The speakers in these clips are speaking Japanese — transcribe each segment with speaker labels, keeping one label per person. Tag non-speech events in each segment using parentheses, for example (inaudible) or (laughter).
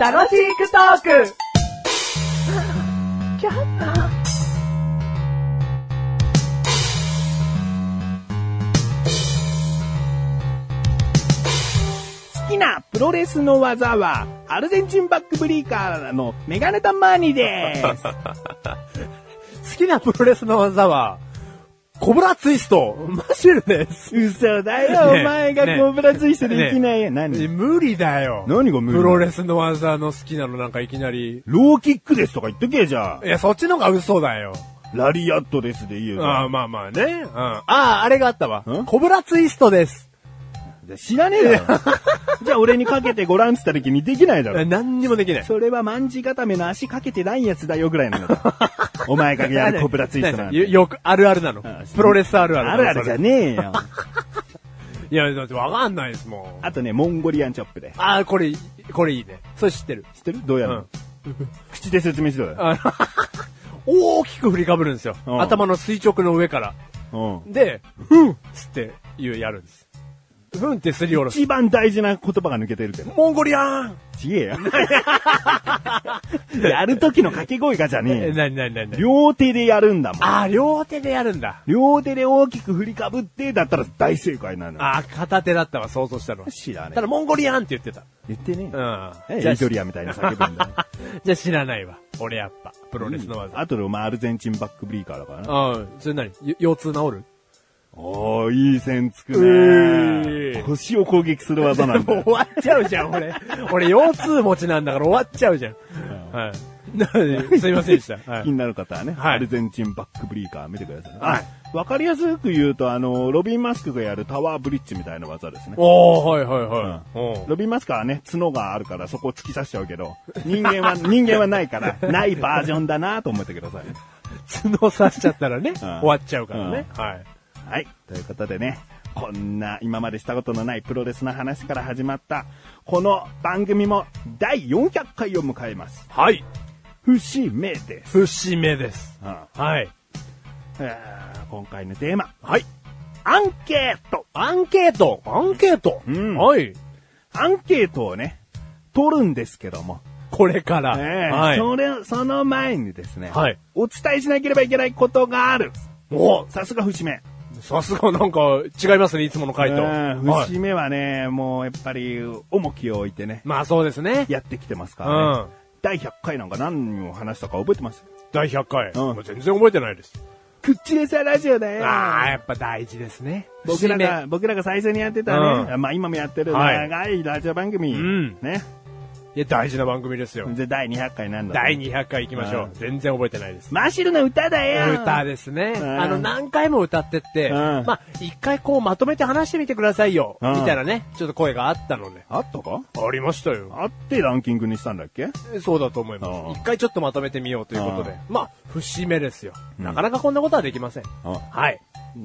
Speaker 1: 楽しくトーク
Speaker 2: 好きなプロレスの技は、アルゼンチンバックブリーカーのメガネタマーニです。 (laughs)
Speaker 3: 好きなプロレスの技は、コブラツイストマシルです。
Speaker 2: 嘘だよ、
Speaker 3: ねえ
Speaker 2: お前が
Speaker 3: ねえ
Speaker 2: コブラツイストできないや。
Speaker 3: え
Speaker 2: 何
Speaker 3: 無理だよ。
Speaker 2: 何が無理
Speaker 3: プロレスの技の好きなのなんかいきなり。
Speaker 2: ローキックですとか言っとけじゃあ
Speaker 3: い。や、そっちのが嘘だよ。
Speaker 2: ラリアットですでいいよじゃ
Speaker 3: あ
Speaker 2: あ。
Speaker 3: あ、まあまあね。うん。ああ、あれがあったわ
Speaker 2: ん。
Speaker 3: コブラツイストです。
Speaker 2: 知らねえだろ。 (laughs) じゃあ俺にかけてごらんっつった時にできないだろ。
Speaker 3: 何にもできない。
Speaker 2: (laughs) それは万字固めの足かけてないやつだよぐらい (laughs) なのだ。お前がやるコブラツイストなん (laughs)
Speaker 3: な
Speaker 2: て
Speaker 3: んよよく、あるあるなの
Speaker 2: ん。
Speaker 3: プロレスあるある
Speaker 2: あるあるじゃねえよ。
Speaker 3: いや、だってわかんないですもん。
Speaker 2: あとね、モンゴリアンチョップで。
Speaker 3: ああ、これ、これいいね。それ知ってる。
Speaker 2: 知ってるどうやるの、口で説明しろよ。
Speaker 3: あの (laughs) 大きく振りかぶるんですよ。
Speaker 2: うん
Speaker 3: 頭の垂直の上から。
Speaker 2: うん。
Speaker 3: で、ふんっつって言う、やるんです。ふんってすりおろす。
Speaker 2: 一番大事な言葉が抜けてるけど。
Speaker 3: モンゴリアン
Speaker 2: ちげえよ。
Speaker 3: (laughs)
Speaker 2: やる時の掛け声がじゃねえ
Speaker 3: え、
Speaker 2: よ。
Speaker 3: なになにな
Speaker 2: (laughs)
Speaker 3: に
Speaker 2: 両手でやるんだもん。
Speaker 3: あー、両手でやるんだ。
Speaker 2: 両手で大きく振りかぶって、だったら大正解なのよ。
Speaker 3: あー、片手だったわ、想像したのは。
Speaker 2: 知らねえ
Speaker 3: ただ、モンゴリアンって言ってた。
Speaker 2: 言ってね
Speaker 3: う
Speaker 2: え
Speaker 3: ん。
Speaker 2: よ。
Speaker 3: じ
Speaker 2: エ
Speaker 3: ゃあ
Speaker 2: イドリアみたいな叫ぶんだよ。
Speaker 3: じゃあ知らないわ。 (laughs) 俺やっぱ、プロレスの技。
Speaker 2: あとでお前アルゼンチンバックブリーカーだからな。
Speaker 3: うん。それ何よ腰痛治る
Speaker 2: おー、いい線つくね、 (laughs)
Speaker 3: うー
Speaker 2: 腰を攻撃する技なんだ
Speaker 3: (laughs) もう
Speaker 2: よ
Speaker 3: 終。わっちゃうじゃん、 (laughs) 俺。俺、腰痛持ちなんだから終わっちゃうじゃん。はい。なので、すいませんで
Speaker 2: (laughs)
Speaker 3: した。 (laughs) は
Speaker 2: 気
Speaker 3: い。
Speaker 2: になる方はね、
Speaker 3: はい
Speaker 2: アルゼンチンバックブリーカー見てくださいね。
Speaker 3: はい
Speaker 2: あ。わかりやすく言うと、あの、ロビン・マスクがやるタワーブリッジみたいな技ですね。
Speaker 3: おー、はいはいはい。うん (laughs)
Speaker 2: ロビン・マスクはね、角があるからそこを突き刺しちゃうけど、人間
Speaker 3: (laughs)
Speaker 2: は、人間はないから、ないバージョンだなと思ってください。
Speaker 3: 角刺しちゃったらね、終わっちゃうからね。はい。
Speaker 2: はい。ということでね、こんな今までしたことのないプロレスの話から始まった、この番組も第400回を迎えます。
Speaker 3: はい。
Speaker 2: 節目です。
Speaker 3: 節目です。
Speaker 2: うん
Speaker 3: はい。
Speaker 2: えー今回のテーマ、
Speaker 3: はい。
Speaker 2: アンケート
Speaker 3: アンケートアンケート
Speaker 2: うん
Speaker 3: はい。
Speaker 2: アンケートをね、取るんですけども、
Speaker 3: これから。
Speaker 2: えー
Speaker 3: はい。
Speaker 2: それ、その前にですね、
Speaker 3: はい
Speaker 2: お伝えしなければいけないことがある。
Speaker 3: お
Speaker 2: さすが節目。
Speaker 3: さすがなんか違いますね、いつもの回答。
Speaker 2: うん
Speaker 3: はい
Speaker 2: 節目はね、もうやっぱり重きを置いてね、
Speaker 3: まあそうですね。
Speaker 2: やってきてますからね。
Speaker 3: うん
Speaker 2: 第100回なんか何を話したか覚えてます
Speaker 3: 第100回。
Speaker 2: うん
Speaker 3: もう全然覚えてないです。
Speaker 2: クッチレサラジオだよ。
Speaker 3: ああ、やっぱ大事ですね。
Speaker 2: 僕ら
Speaker 3: 節
Speaker 2: が、僕らが最初にやってたね、
Speaker 3: う
Speaker 2: まあ今もやってる
Speaker 3: はい
Speaker 2: 長いラジオ番組、
Speaker 3: ん
Speaker 2: ね。
Speaker 3: 目いや、大事な番組ですよ。
Speaker 2: で、第200回なんだ
Speaker 3: 第200回行きましょ
Speaker 2: う。
Speaker 3: うん全然覚えてないです。
Speaker 2: マシルの歌だよ
Speaker 3: 歌ですね。
Speaker 2: うん
Speaker 3: あの、何回も歌ってって、
Speaker 2: うん
Speaker 3: まあ、一回こうまとめて話してみてくださいよ。
Speaker 2: うん
Speaker 3: みたいなね、ちょっと声があったので。
Speaker 2: あったか
Speaker 3: ありましたよ。
Speaker 2: あってランキングにしたんだっけ
Speaker 3: そうだと思い
Speaker 2: うん
Speaker 3: ます。一回ちょっとまとめてみようということ
Speaker 2: う
Speaker 3: で
Speaker 2: ん。
Speaker 3: まあ、節目ですよ。
Speaker 2: うん
Speaker 3: なかなかこんなことはできません。はい。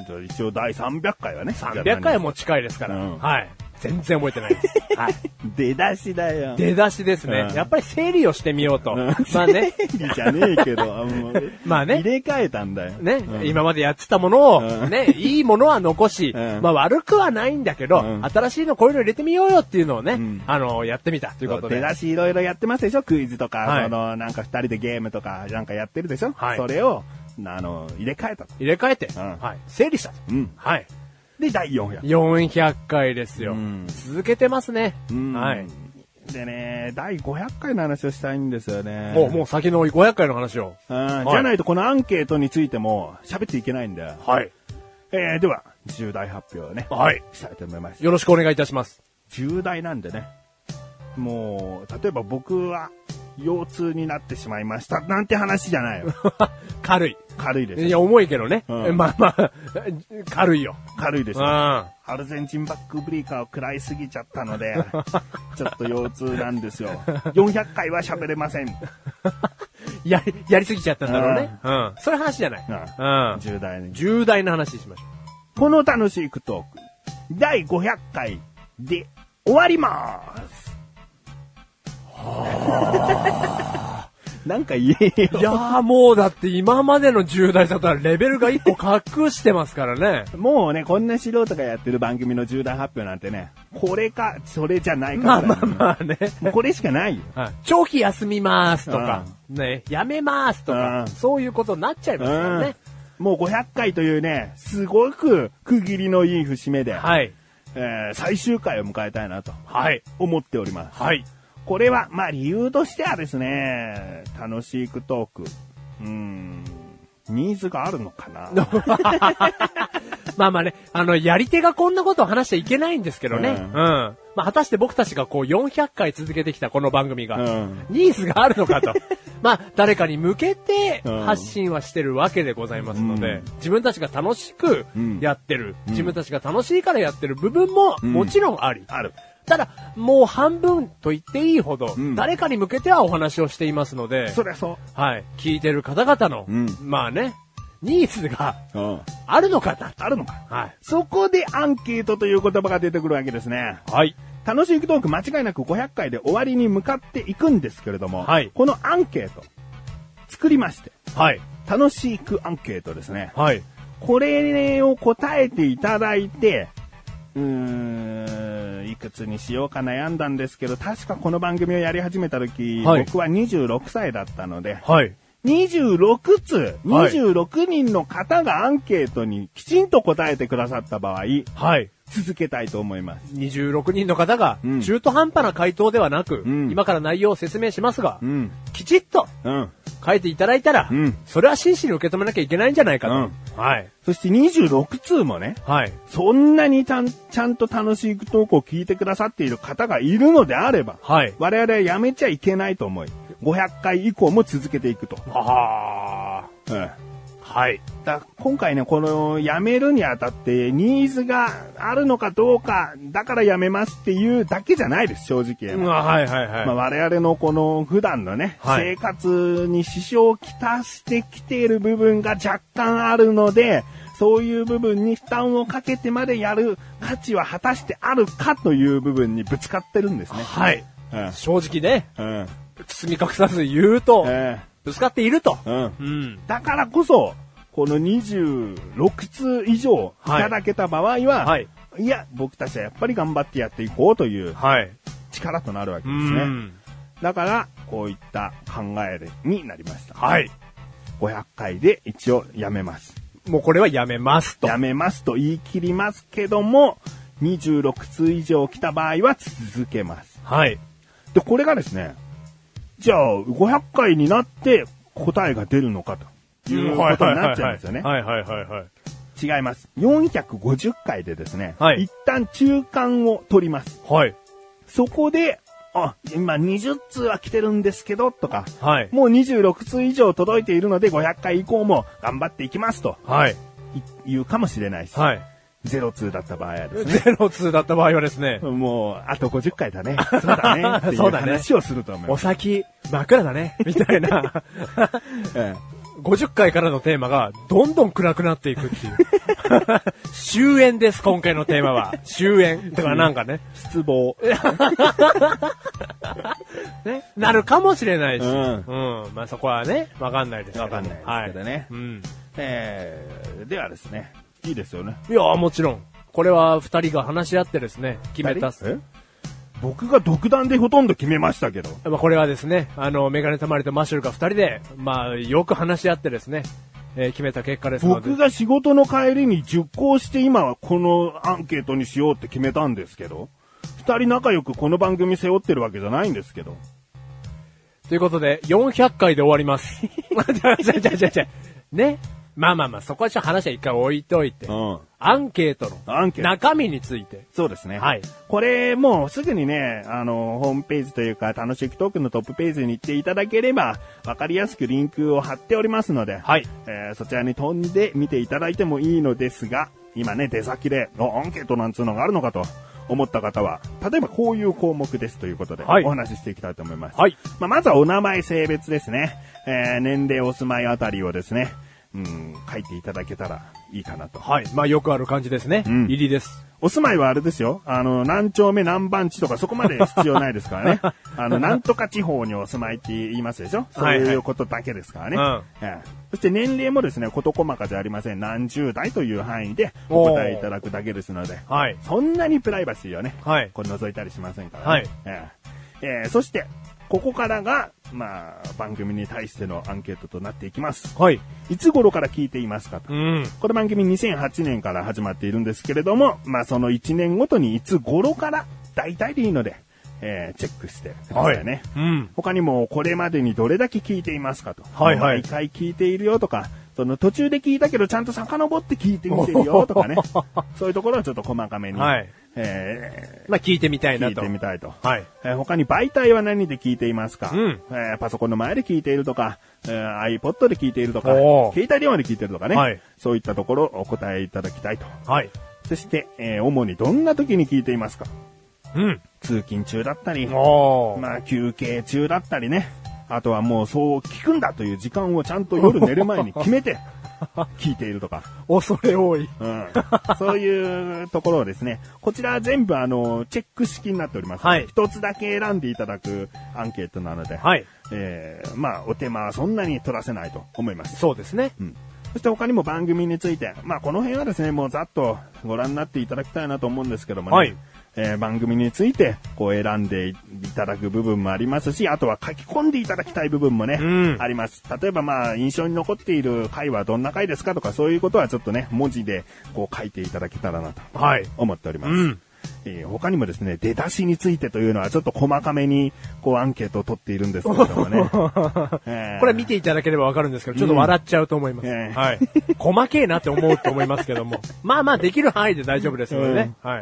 Speaker 2: じゃあ一応第300回はね。
Speaker 3: 300回も近いですから。
Speaker 2: うん
Speaker 3: はい。全然覚えてない
Speaker 2: (laughs)
Speaker 3: です。はい。
Speaker 2: 出だしだよ。
Speaker 3: 出だしですね
Speaker 2: う。ん
Speaker 3: やっぱり整理をしてみようと。
Speaker 2: うん
Speaker 3: まあね。
Speaker 2: (laughs) じゃねえけど、あもう
Speaker 3: まあね
Speaker 2: 入れ替えたんだよ。
Speaker 3: ね、
Speaker 2: うん
Speaker 3: 今までやってたもの
Speaker 2: う
Speaker 3: を、
Speaker 2: ん
Speaker 3: ね、いいものは残し、
Speaker 2: うん
Speaker 3: まあ悪くはないんだけど、
Speaker 2: うん
Speaker 3: 新しいのこういうの入れてみようよっていうのをね、
Speaker 2: ん
Speaker 3: あの、やってみたということ
Speaker 2: 出
Speaker 3: で。
Speaker 2: だしいろいろやってますでしょクイズとか、
Speaker 3: はい
Speaker 2: その、なんか二人でゲームとか、なんかやってるでしょ、
Speaker 3: はい
Speaker 2: それを、あの、入れ替えたと。
Speaker 3: 入れ替えて、
Speaker 2: ん
Speaker 3: はい、整理したと。
Speaker 2: うん
Speaker 3: はい。
Speaker 2: で、第400。
Speaker 3: 400回ですよ。
Speaker 2: うん
Speaker 3: 続けてますね。
Speaker 2: うん
Speaker 3: はい。。
Speaker 2: でね、第500回の話をしたいんですよね。
Speaker 3: もう、もう先の500回の話を。
Speaker 2: うんじゃないとこのアンケートについても喋っていけないんだよ。
Speaker 3: はい。
Speaker 2: えー、では、重大発表をね、
Speaker 3: はい。
Speaker 2: したいと思います。
Speaker 3: よろしくお願いいたします。 (laughs)
Speaker 2: 重大なんでね。もう、例えば僕は腰痛になってしまいました。なんて話じゃないよ。
Speaker 3: 軽い。
Speaker 2: 軽いです
Speaker 3: い
Speaker 2: よ。
Speaker 3: や、重いけどね。
Speaker 2: うん
Speaker 3: まあまあ、 (laughs) 軽いよ。
Speaker 2: 軽いです
Speaker 3: う
Speaker 2: よ。
Speaker 3: ん。
Speaker 2: アルゼンチンバックブリーカーを食らいすぎちゃったので、ちょっと腰痛なんですよ。400回は喋れません。
Speaker 3: やり、やりすぎちゃったんだろうね。うん。そういう話じゃない。
Speaker 2: う
Speaker 3: うん。
Speaker 2: 重大に。
Speaker 3: 重大な話しましょ
Speaker 2: この楽しいクトーク、第500回で終わります。 (laughs) なんか言えよ。
Speaker 3: いやー (laughs) もうだって今までの重大さとはレベルが一個隠してますから (laughs) ね。
Speaker 2: もうね、こんな素人がやってる番組の重大発表なんてね、これか、それじゃないか
Speaker 3: まあ
Speaker 2: ぐらい
Speaker 3: まあまあね。
Speaker 2: もうこれしかないよ。
Speaker 3: はい、長期休みますとか、ね、やめますとか、
Speaker 2: うん
Speaker 3: そういうことになっちゃいますからね。
Speaker 2: うんもう500回というね、すごく区切りのいい節目で、
Speaker 3: はい。
Speaker 2: えー最終回を迎えたいなと
Speaker 3: はい。
Speaker 2: 思っております。
Speaker 3: はい。
Speaker 2: これは、まあ理由としてはですね、楽しくトーク。うーん、ニーズがあるのかな。
Speaker 3: (laughs) まあまあね、あの、やり手がこんなことを話しちゃいけないんですけどね。
Speaker 2: う
Speaker 3: うんん。まあ、果たして僕たちがこう400回続けてきたこの番組が、
Speaker 2: うん
Speaker 3: ニーズがあるの
Speaker 2: (laughs)
Speaker 3: かと。まあ、誰かに向けて
Speaker 2: うん
Speaker 3: 発信はしてるわけでございますので、
Speaker 2: うん
Speaker 3: 自分たちが楽しく
Speaker 2: うん
Speaker 3: やってる、自分たちが楽しいからやってる部分も
Speaker 2: ん
Speaker 3: もちろんあり。
Speaker 2: ある。
Speaker 3: ただ、もう半分と言っていいほど、
Speaker 2: ん
Speaker 3: 誰かに向けてはお話をしていますので、
Speaker 2: そりゃそ
Speaker 3: はい、聞いてる方々の、
Speaker 2: うん
Speaker 3: まあね、ニーズが
Speaker 2: う。うん。
Speaker 3: あるのかなと。
Speaker 2: あるのか。
Speaker 3: はい。
Speaker 2: そこでアンケートという言葉が出てくるわけですね。
Speaker 3: はい。
Speaker 2: 楽しいトーク間違いなく500回で終わりに向かっていくんですけれども、
Speaker 3: はい
Speaker 2: このアンケート、作りまして、
Speaker 3: はい。
Speaker 2: 楽しくアンケートですね。
Speaker 3: はい。
Speaker 2: これを答えていただいて、うーん、いくつにしようか悩んだんですけど、確かこの番組をやり始めた時、
Speaker 3: はい
Speaker 2: 僕は26歳だったので、
Speaker 3: はい。
Speaker 2: 26つ、
Speaker 3: はい
Speaker 2: 26人の方がアンケートにきちんと答えてくださった場合、
Speaker 3: はい。
Speaker 2: 続けたいと思います。
Speaker 3: 26人の方が
Speaker 2: うん、
Speaker 3: 中途半端な回答ではなく、
Speaker 2: ん
Speaker 3: 今から内容を説明しますが、
Speaker 2: うん。
Speaker 3: きちっと
Speaker 2: うん。
Speaker 3: 書いていただいたら、
Speaker 2: うん
Speaker 3: それは真摯に受け止めなきゃいけないんじゃないかと。
Speaker 2: うん
Speaker 3: はい。
Speaker 2: そして26通もね、
Speaker 3: はい。
Speaker 2: そんなにちゃんちゃんと楽しいトークを聞いてくださっている方がいるのであれば、
Speaker 3: はい。
Speaker 2: 我々はやめちゃいけないと思い、500回以降も続けていくと。
Speaker 3: はあ。
Speaker 2: うん
Speaker 3: はい。
Speaker 2: だ今回ね、このやめるにあたって、ニーズがあるのかどうか、だからやめますっていうだけじゃないです、正直言えば。
Speaker 3: うんはいはいはい。
Speaker 2: まあ、我々のこの普段のね、
Speaker 3: は
Speaker 2: 生
Speaker 3: い
Speaker 2: 活に支障をきたしてきている部分が若干あるので、そういう部分に負担をかけてまでやる価値は果たしてあるかという部分にぶつかってるんですね。
Speaker 3: はい。
Speaker 2: うん
Speaker 3: 正直ね、
Speaker 2: うん。
Speaker 3: 包み隠さず言うと、
Speaker 2: え
Speaker 3: ぶつかっていると。
Speaker 2: えうん。
Speaker 3: うん。
Speaker 2: だからこそ、この26通以上い
Speaker 3: はい
Speaker 2: ただけた場合は、
Speaker 3: はいい、
Speaker 2: や、僕たちはやっぱり頑張ってやっていこうという
Speaker 3: はい。
Speaker 2: 力となるわけ
Speaker 3: う
Speaker 2: ですね。
Speaker 3: ん。
Speaker 2: だから、こういった考えになりました。
Speaker 3: はい。
Speaker 2: 500回で一応やめます。
Speaker 3: もうこれはやめますと。
Speaker 2: やめますと言い切りますけども、26通以上来た場合は続けます。
Speaker 3: はい。
Speaker 2: で、これがですね、じゃあ500回になって答えが出るのかということになっちゃうんですよね。
Speaker 3: はいはいはいはい。
Speaker 2: 違います。450回でですね、
Speaker 3: はい
Speaker 2: 一旦中間を取ります。
Speaker 3: はい。
Speaker 2: そこで、あ、今20通は来てるんですけど、とか、
Speaker 3: はい。
Speaker 2: もう26通以上届いているので500回以降も頑張っていきますと
Speaker 3: はい。
Speaker 2: い言うかもしれないし、
Speaker 3: はい。
Speaker 2: ゼロ通だった場合はですね、
Speaker 3: ゼロ通だった場合はですね、
Speaker 2: もう、あと50回 (laughs) だね。そうだね。っていう
Speaker 3: そうだね
Speaker 2: 話をすると思い
Speaker 3: お
Speaker 2: ます。
Speaker 3: 先、枕
Speaker 2: (laughs)
Speaker 3: だね、みたいな。 (laughs)
Speaker 2: え
Speaker 3: 50回からのテーマが、どんどん暗くなっていくっていう。 (laughs) 終焉です、今回のテーマは。終焉。とかなんかね。
Speaker 2: え失望。
Speaker 3: ね。なるかもしれないし。
Speaker 2: う
Speaker 3: うんん。まあそこはね、わかんないですけど
Speaker 2: わかんないですけどね
Speaker 3: はいうん。
Speaker 2: えーではですね、いいですよね。
Speaker 3: いや、もちろん。これは二人が話し合ってですね、決めたっす。
Speaker 2: え僕が独断でほとんど決めましたけど。
Speaker 3: まあ、これはですね、あの、メガネたまりとマシュルが二人で、まあ、よく話し合ってですね、えー決めた結果ですので。
Speaker 2: 僕が仕事の帰りに熟考して今はこのアンケートにしようって決めたんですけど、二人仲良くこの番組背負ってるわけじゃないんですけど。
Speaker 3: ということで、400回で終わります。 (laughs) じゃあじゃあじゃあじゃあじゃあね。まあまあまあ、そこはちょっと話は一回置いといて、
Speaker 2: ん。
Speaker 3: アンケートの
Speaker 2: アンケート
Speaker 3: 中身について。
Speaker 2: そうですね。
Speaker 3: はい。
Speaker 2: これ、もうすぐにね、あの、ホームページというか、楽しいトークのトップページに行っていただければ、わかりやすくリンクを貼っておりますので、
Speaker 3: はい。
Speaker 2: えーそちらに飛んで見ていただいてもいいのですが、今ね、出先で、あアンケートなんつうのがあるのかと思った方は、例えばこういう項目ですということで、
Speaker 3: はい
Speaker 2: お話ししていきたいと思います。
Speaker 3: はい。
Speaker 2: まあ、まずはお名前、性別ですね。えー年齢、お住まいあたりをですね、うん、書いていただけたらいいかなと。
Speaker 3: はい。まあ、よくある感じですね。
Speaker 2: ん
Speaker 3: 入りです。
Speaker 2: お住まいはあれですよ。あの、何丁目何番地とかそこまで必要ないですから
Speaker 3: (laughs)
Speaker 2: ね。あの、なんとか地方にお住まいって言いますでしょそう
Speaker 3: はいはいいう
Speaker 2: ことだけですからね。
Speaker 3: うん
Speaker 2: ええそして年齢もですね、事細かじゃありません。何十代という範囲でお答えいただくだけですので。
Speaker 3: はい。
Speaker 2: そんなにプライバシーはね、
Speaker 3: はい
Speaker 2: これ覗いたりしませんからね。
Speaker 3: はい
Speaker 2: ええええそして、ここからが、まあ、番組に対してのアンケートとなっていきます。
Speaker 3: はい。
Speaker 2: いつ頃から聞いていますかと
Speaker 3: うん。
Speaker 2: この番組2008年から始まっているんですけれども、まあその1年ごとにいつ頃から大体でいいので、えーチェックしてくださいね。
Speaker 3: うん。
Speaker 2: 他にもこれまでにどれだけ聞いていますかと。
Speaker 3: はいはい
Speaker 2: 毎回聞いているよとか、その途中で聞いたけどちゃんと遡って聞いてみてるよとかね。そういうところはちょっと細かめに、
Speaker 3: はい
Speaker 2: え
Speaker 3: まあ、聞いてみた
Speaker 2: ー
Speaker 3: いな
Speaker 2: 聞い
Speaker 3: と。
Speaker 2: てみたいと。
Speaker 3: はい。
Speaker 2: えー他に媒体は何で聞いていますか、
Speaker 3: うん
Speaker 2: えーパソコンの前で聞いているとか、えー iPod で聞いているとか
Speaker 3: お、ー
Speaker 2: 携帯電話で聞いているとかね、
Speaker 3: はい
Speaker 2: そういったところお答えいただきたいと。
Speaker 3: はい。
Speaker 2: そして、えー主にどんな時に聞いていますか
Speaker 3: うん。
Speaker 2: 通勤中だったり、
Speaker 3: おー。
Speaker 2: まあ休憩中だったりね、あとはもうそう聞くんだという時間をちゃんと夜寝る前に決め
Speaker 3: (laughs)
Speaker 2: て聞いているとか、
Speaker 3: 恐れ多い。
Speaker 2: うん、そういうところをですね、こちらは全部あの、チェック式になっております。
Speaker 3: はい
Speaker 2: 一つだけ選んでいただくアンケートなので、
Speaker 3: はい。
Speaker 2: えー、まあ、お手間はそんなに取らせないと思います。
Speaker 3: そうですね。
Speaker 2: うん。そして他にも番組について、まあ、この辺はですね、もうざっとご覧になっていただきたいなと思うんですけどもね。
Speaker 3: はい
Speaker 2: えー番組について、こう選んでいただく部分もありますし、あとは書き込んでいただきたい部分もね、
Speaker 3: うん
Speaker 2: あります。例えばまあ、印象に残っている回はどんな回ですかとか、そういうことはちょっとね、文字でこう書いていただけたらなと
Speaker 3: はい。
Speaker 2: 思っております。
Speaker 3: うん
Speaker 2: えー他にもですね、出だしについてというのはちょっと細かめにこうアンケートを取っているんですけれども
Speaker 3: (laughs)
Speaker 2: ね。えー
Speaker 3: (laughs) これ見ていただければわかるんですけど、ちょっと笑っちゃうと思います。
Speaker 2: うんええ
Speaker 3: はい。細けえなって思うと思いますけど
Speaker 2: (laughs)
Speaker 3: も。まあまあ、できる範囲で大丈夫ですのでね。はい。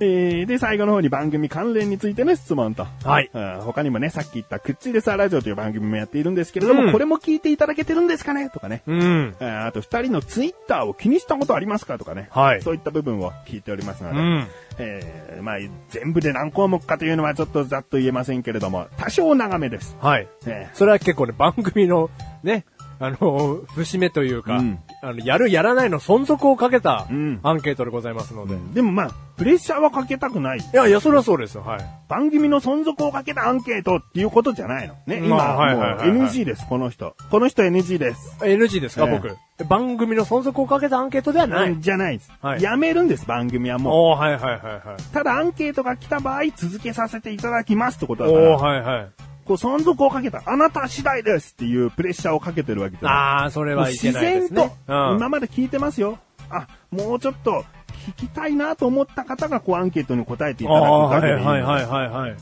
Speaker 2: えーで、最後の方に番組関連についての質問と。
Speaker 3: はい
Speaker 2: うん他にもね、さっき言ったくっちりさラジオという番組もやっているんですけれども、
Speaker 3: うん
Speaker 2: これも聞いていただけてるんですかねとかね。
Speaker 3: うん。
Speaker 2: えーあと、二人のツイッターを気にしたことありますかとかね。
Speaker 3: はい
Speaker 2: そういった部分を聞いておりますので。
Speaker 3: うん
Speaker 2: えーまあ、全部で何項目かというのはちょっとざっと言えませんけれども、多少長めです。
Speaker 3: はい。
Speaker 2: えー
Speaker 3: それは結構ね、番組のね、あの、節目というか、
Speaker 2: うん
Speaker 3: あの、やるやらないの存続をかけた
Speaker 2: うん
Speaker 3: アンケートでございますので。い
Speaker 2: でもまあ、プレッシャーはかけたくない。
Speaker 3: や、いや、それはそうですよ。はい。
Speaker 2: 番組の存続をかけたアンケートっていうことじゃないの。ね、今、もう
Speaker 3: まあはいはいはいはい
Speaker 2: NG です、この人。この人 NG です。
Speaker 3: NG ですか、
Speaker 2: ええ
Speaker 3: 僕。番組の存続をかけたアンケートではない。
Speaker 2: うんじゃないです、
Speaker 3: はい
Speaker 2: やめるんです、番組はも。。
Speaker 3: おー、はいはいはいはいう
Speaker 2: ただアンケートが来た場合、続けさせていただきますってことだか
Speaker 3: おー、
Speaker 2: ら、
Speaker 3: はいはい。
Speaker 2: こう存続をかけた、あなた次第ですっていうプレッシャーをかけてるわけじゃない。
Speaker 3: あー、それ
Speaker 2: もう
Speaker 3: はい
Speaker 2: 自
Speaker 3: けないで
Speaker 2: 然
Speaker 3: すね。
Speaker 2: と、今まで聞いてますよ。あ、もうちょっと聞きたいなと思った方が、こうアンケートに答えていただく
Speaker 3: あ
Speaker 2: だ
Speaker 3: あ
Speaker 2: け
Speaker 3: ー、
Speaker 2: でいいの
Speaker 3: はいはいはいはいはい。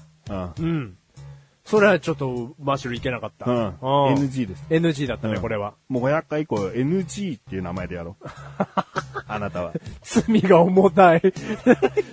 Speaker 2: うん
Speaker 3: うん。それはちょっと、マッシュルいけなかった。
Speaker 2: うん。
Speaker 3: うん
Speaker 2: NG です。
Speaker 3: NG だった
Speaker 2: う
Speaker 3: ね、
Speaker 2: ん
Speaker 3: これは。
Speaker 2: もう500回以降 NG っていう名前でやろ
Speaker 3: (laughs)
Speaker 2: う。あなたは。
Speaker 3: 罪が重たい。 (laughs)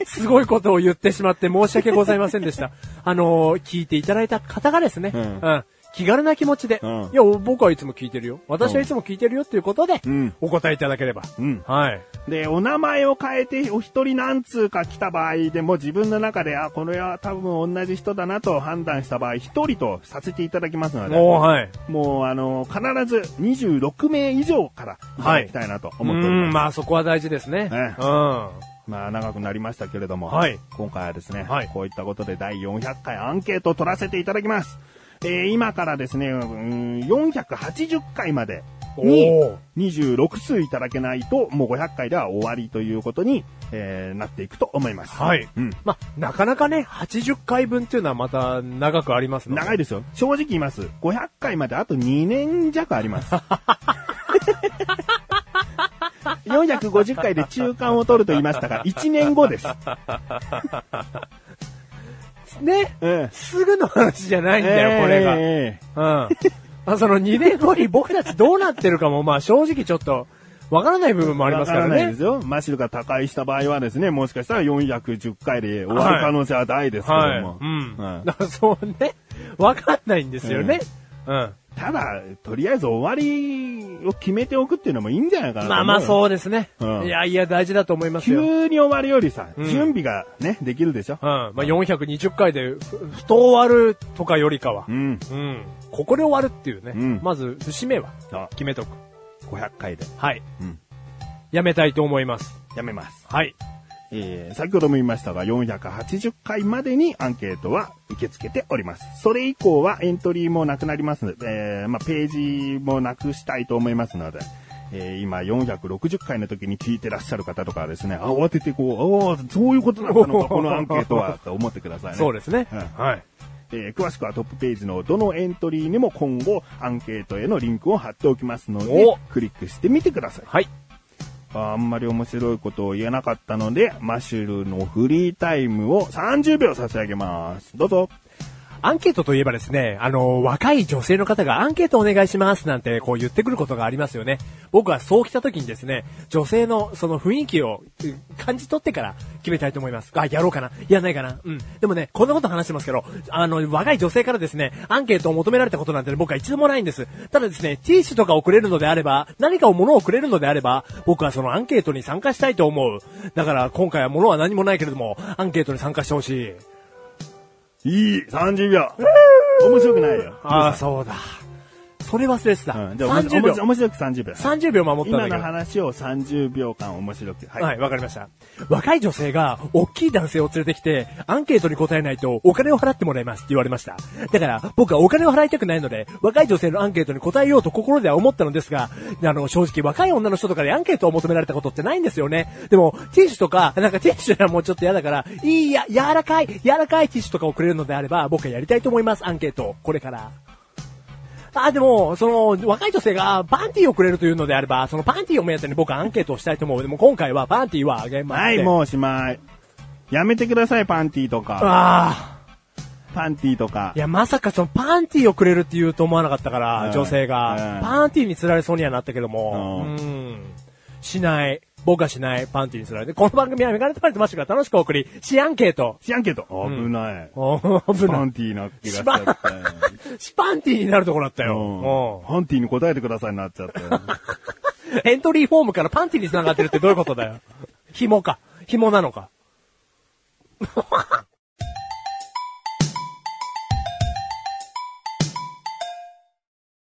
Speaker 3: すごいことを言ってしまって申し訳ございません
Speaker 2: (laughs)
Speaker 3: でした。あのー聞いていただいた方がですね、
Speaker 2: うん
Speaker 3: 気軽な気持ちで、
Speaker 2: うん
Speaker 3: いや、僕はいつも聞いてるよ。私はいつも聞いてるよっていうことで、
Speaker 2: うん
Speaker 3: お答えいただければ。
Speaker 2: うん
Speaker 3: はい。
Speaker 2: で、お名前を変えてお一人何通か来た場合でも自分の中で、あ、これは多分同じ人だなと判断した場合、一人とさせていただきますので、
Speaker 3: おー、はい。
Speaker 2: もうあの、必ず26名以上からいただきたいなと
Speaker 3: う
Speaker 2: 思っており
Speaker 3: ん、
Speaker 2: ます。
Speaker 3: まあそこは大事ですね。
Speaker 2: ね
Speaker 3: うん。は
Speaker 2: まあ長くなりましたけれども、
Speaker 3: はい
Speaker 2: 今回はですね、
Speaker 3: はい
Speaker 2: こういったことで第400回アンケートを取らせていただきます。えー今からですね、うん480回までに
Speaker 3: おー
Speaker 2: 26数いただけないと、もう500回では終わりということに、えーなっていくと思います。
Speaker 3: い。
Speaker 2: うん。
Speaker 3: まあ、なかなかね、80回分っていうのはまた長くありますので
Speaker 2: 長いですよ。正直言います。500回まであと2年弱あります。450回で中間を取ると言いましたが、1年後
Speaker 3: (laughs)
Speaker 2: です。
Speaker 3: ね。
Speaker 2: うん。
Speaker 3: すぐの話じゃないんだよ、これが。
Speaker 2: え
Speaker 3: うん。まあ、その2年後に僕たちどうなってるかも、まあ正直ちょっと、わからない部分も
Speaker 2: ー
Speaker 3: ありますから
Speaker 2: わないで
Speaker 3: ね。
Speaker 2: すよ。マシルが他界した場合はですね、もしかしたら410回で終わる可能性は大ですけども。
Speaker 3: はい。うん。
Speaker 2: うん
Speaker 3: だからそうね、わかんないんですよね。うん。
Speaker 2: ただ、とりあえず終わりを決めておくっていうのもいいんじゃないかなと思
Speaker 3: まあ
Speaker 2: うよ
Speaker 3: まあそうですね。
Speaker 2: うん
Speaker 3: いやいや、大事だと思いますよ。うん。
Speaker 2: 急に終わるよりさ、
Speaker 3: うん
Speaker 2: 準備がね、できるでしょ。
Speaker 3: まあ420回で、ふふと終わるとかよりかは
Speaker 2: う。ん。
Speaker 3: うん。ここで終わるっていうね。
Speaker 2: うん
Speaker 3: まず、節目は
Speaker 2: そう
Speaker 3: 決めとく。
Speaker 2: 500回で。
Speaker 3: はい。
Speaker 2: うん。
Speaker 3: やめたいと思います。
Speaker 2: やめます。
Speaker 3: はい。
Speaker 2: えー先ほども言いましたが、480回までにアンケートは受け付けております。それ以降はエントリーもなくなりますので、えーまあ、ページもなくしたいと思いますので、えー今460回の時に聞いてらっしゃる方とかはですね、慌ててこう、ああ、そういうことだったのか、このアンケートは、と思ってくださいね。
Speaker 3: (laughs) そうですね。
Speaker 2: はい
Speaker 3: はい。
Speaker 2: えー詳しくはトップページのどのエントリーにも今後アンケートへのリンクを貼っておきますので
Speaker 3: お、
Speaker 2: クリックしてみてください。
Speaker 3: はい。
Speaker 2: あんまり面白いことを言えなかったので、マシュルのフリータイムを30秒差し上げます。どうぞ。
Speaker 3: アンケートといえばですね、あの、若い女性の方がアンケートお願いしますなんてこう言ってくることがありますよね。僕はそう来た時にですね、女性のその雰囲気をうん感じ取ってから決めたいと思います。あ、やろうかな。やんないかな。うん。でもね、こんなこと話してますけど、あの、若い女性からですね、アンケートを求められたことなんてね僕は一度もないんです。ただですね、ティッシュとかをくれるのであれば、何かを物をくれるのであれば、僕はそのアンケートに参加したいと思う。だから今回は物は何もないけれども、アンケートに参加してほしい。
Speaker 2: いい !30 秒面白くないよ。
Speaker 3: ああ、そうだ。それ忘れてた。
Speaker 2: うん、じゃあ面
Speaker 3: 30
Speaker 2: 白く
Speaker 3: 秒。
Speaker 2: 面白く30秒。
Speaker 3: 30秒守った
Speaker 2: 今
Speaker 3: ん
Speaker 2: の
Speaker 3: だけど。
Speaker 2: 話を30秒間面白く。はい。
Speaker 3: はい、わかりました。 (laughs) 若い女性が、大きい男性を連れてきて、アンケートに答えないと、お金を払ってもらいますって言われました。だから、僕はお金を払いたくないので、若い女性のアンケートに答えようと心では思ったのですが、あの、正直、若い女の人とかでアンケートを求められたことってないんですよね。でも、ティッシュとか、なんかティッシュはもうちょっと嫌だから、いいや、柔らかい、柔らかいティッシュとかをくれるのであれば、僕はやりたいと思います、アンケートをこれから。あ、でも、その、若い女性がパンティーをくれるというのであれば、そのパンティーを目当てに僕はアンケートをしたいと思う。でも今回はパンティーはあげま
Speaker 2: は
Speaker 3: せん。
Speaker 2: い、もうおしまい。やめてください、パンティーとか。
Speaker 3: あ
Speaker 2: パンティーとか
Speaker 3: あ。い。や、まさかそのパンティーをくれるって言うと思わなかったから、
Speaker 2: うん
Speaker 3: 女性が、
Speaker 2: うん
Speaker 3: パンティーに釣られそうにはなったけども。
Speaker 2: うん
Speaker 3: うん。しない。僕はしない。パンティーに釣られて。この番組はメガネとマリとマッシュが楽しくお送り、しアンケート。
Speaker 2: 知らんけど。危ない。
Speaker 3: おー危
Speaker 2: パ
Speaker 3: ない。
Speaker 2: ンティーな気がしちゃっ
Speaker 3: しば
Speaker 2: たよ。
Speaker 3: しパンティーになるところだった
Speaker 2: うん
Speaker 3: よ。
Speaker 2: パンティーに答えてくださいになっちゃったよ。
Speaker 3: うん。エントリーフォームからパン (laughs) ティーに繋がってるってどういうことだよ。紐か。紐なのか。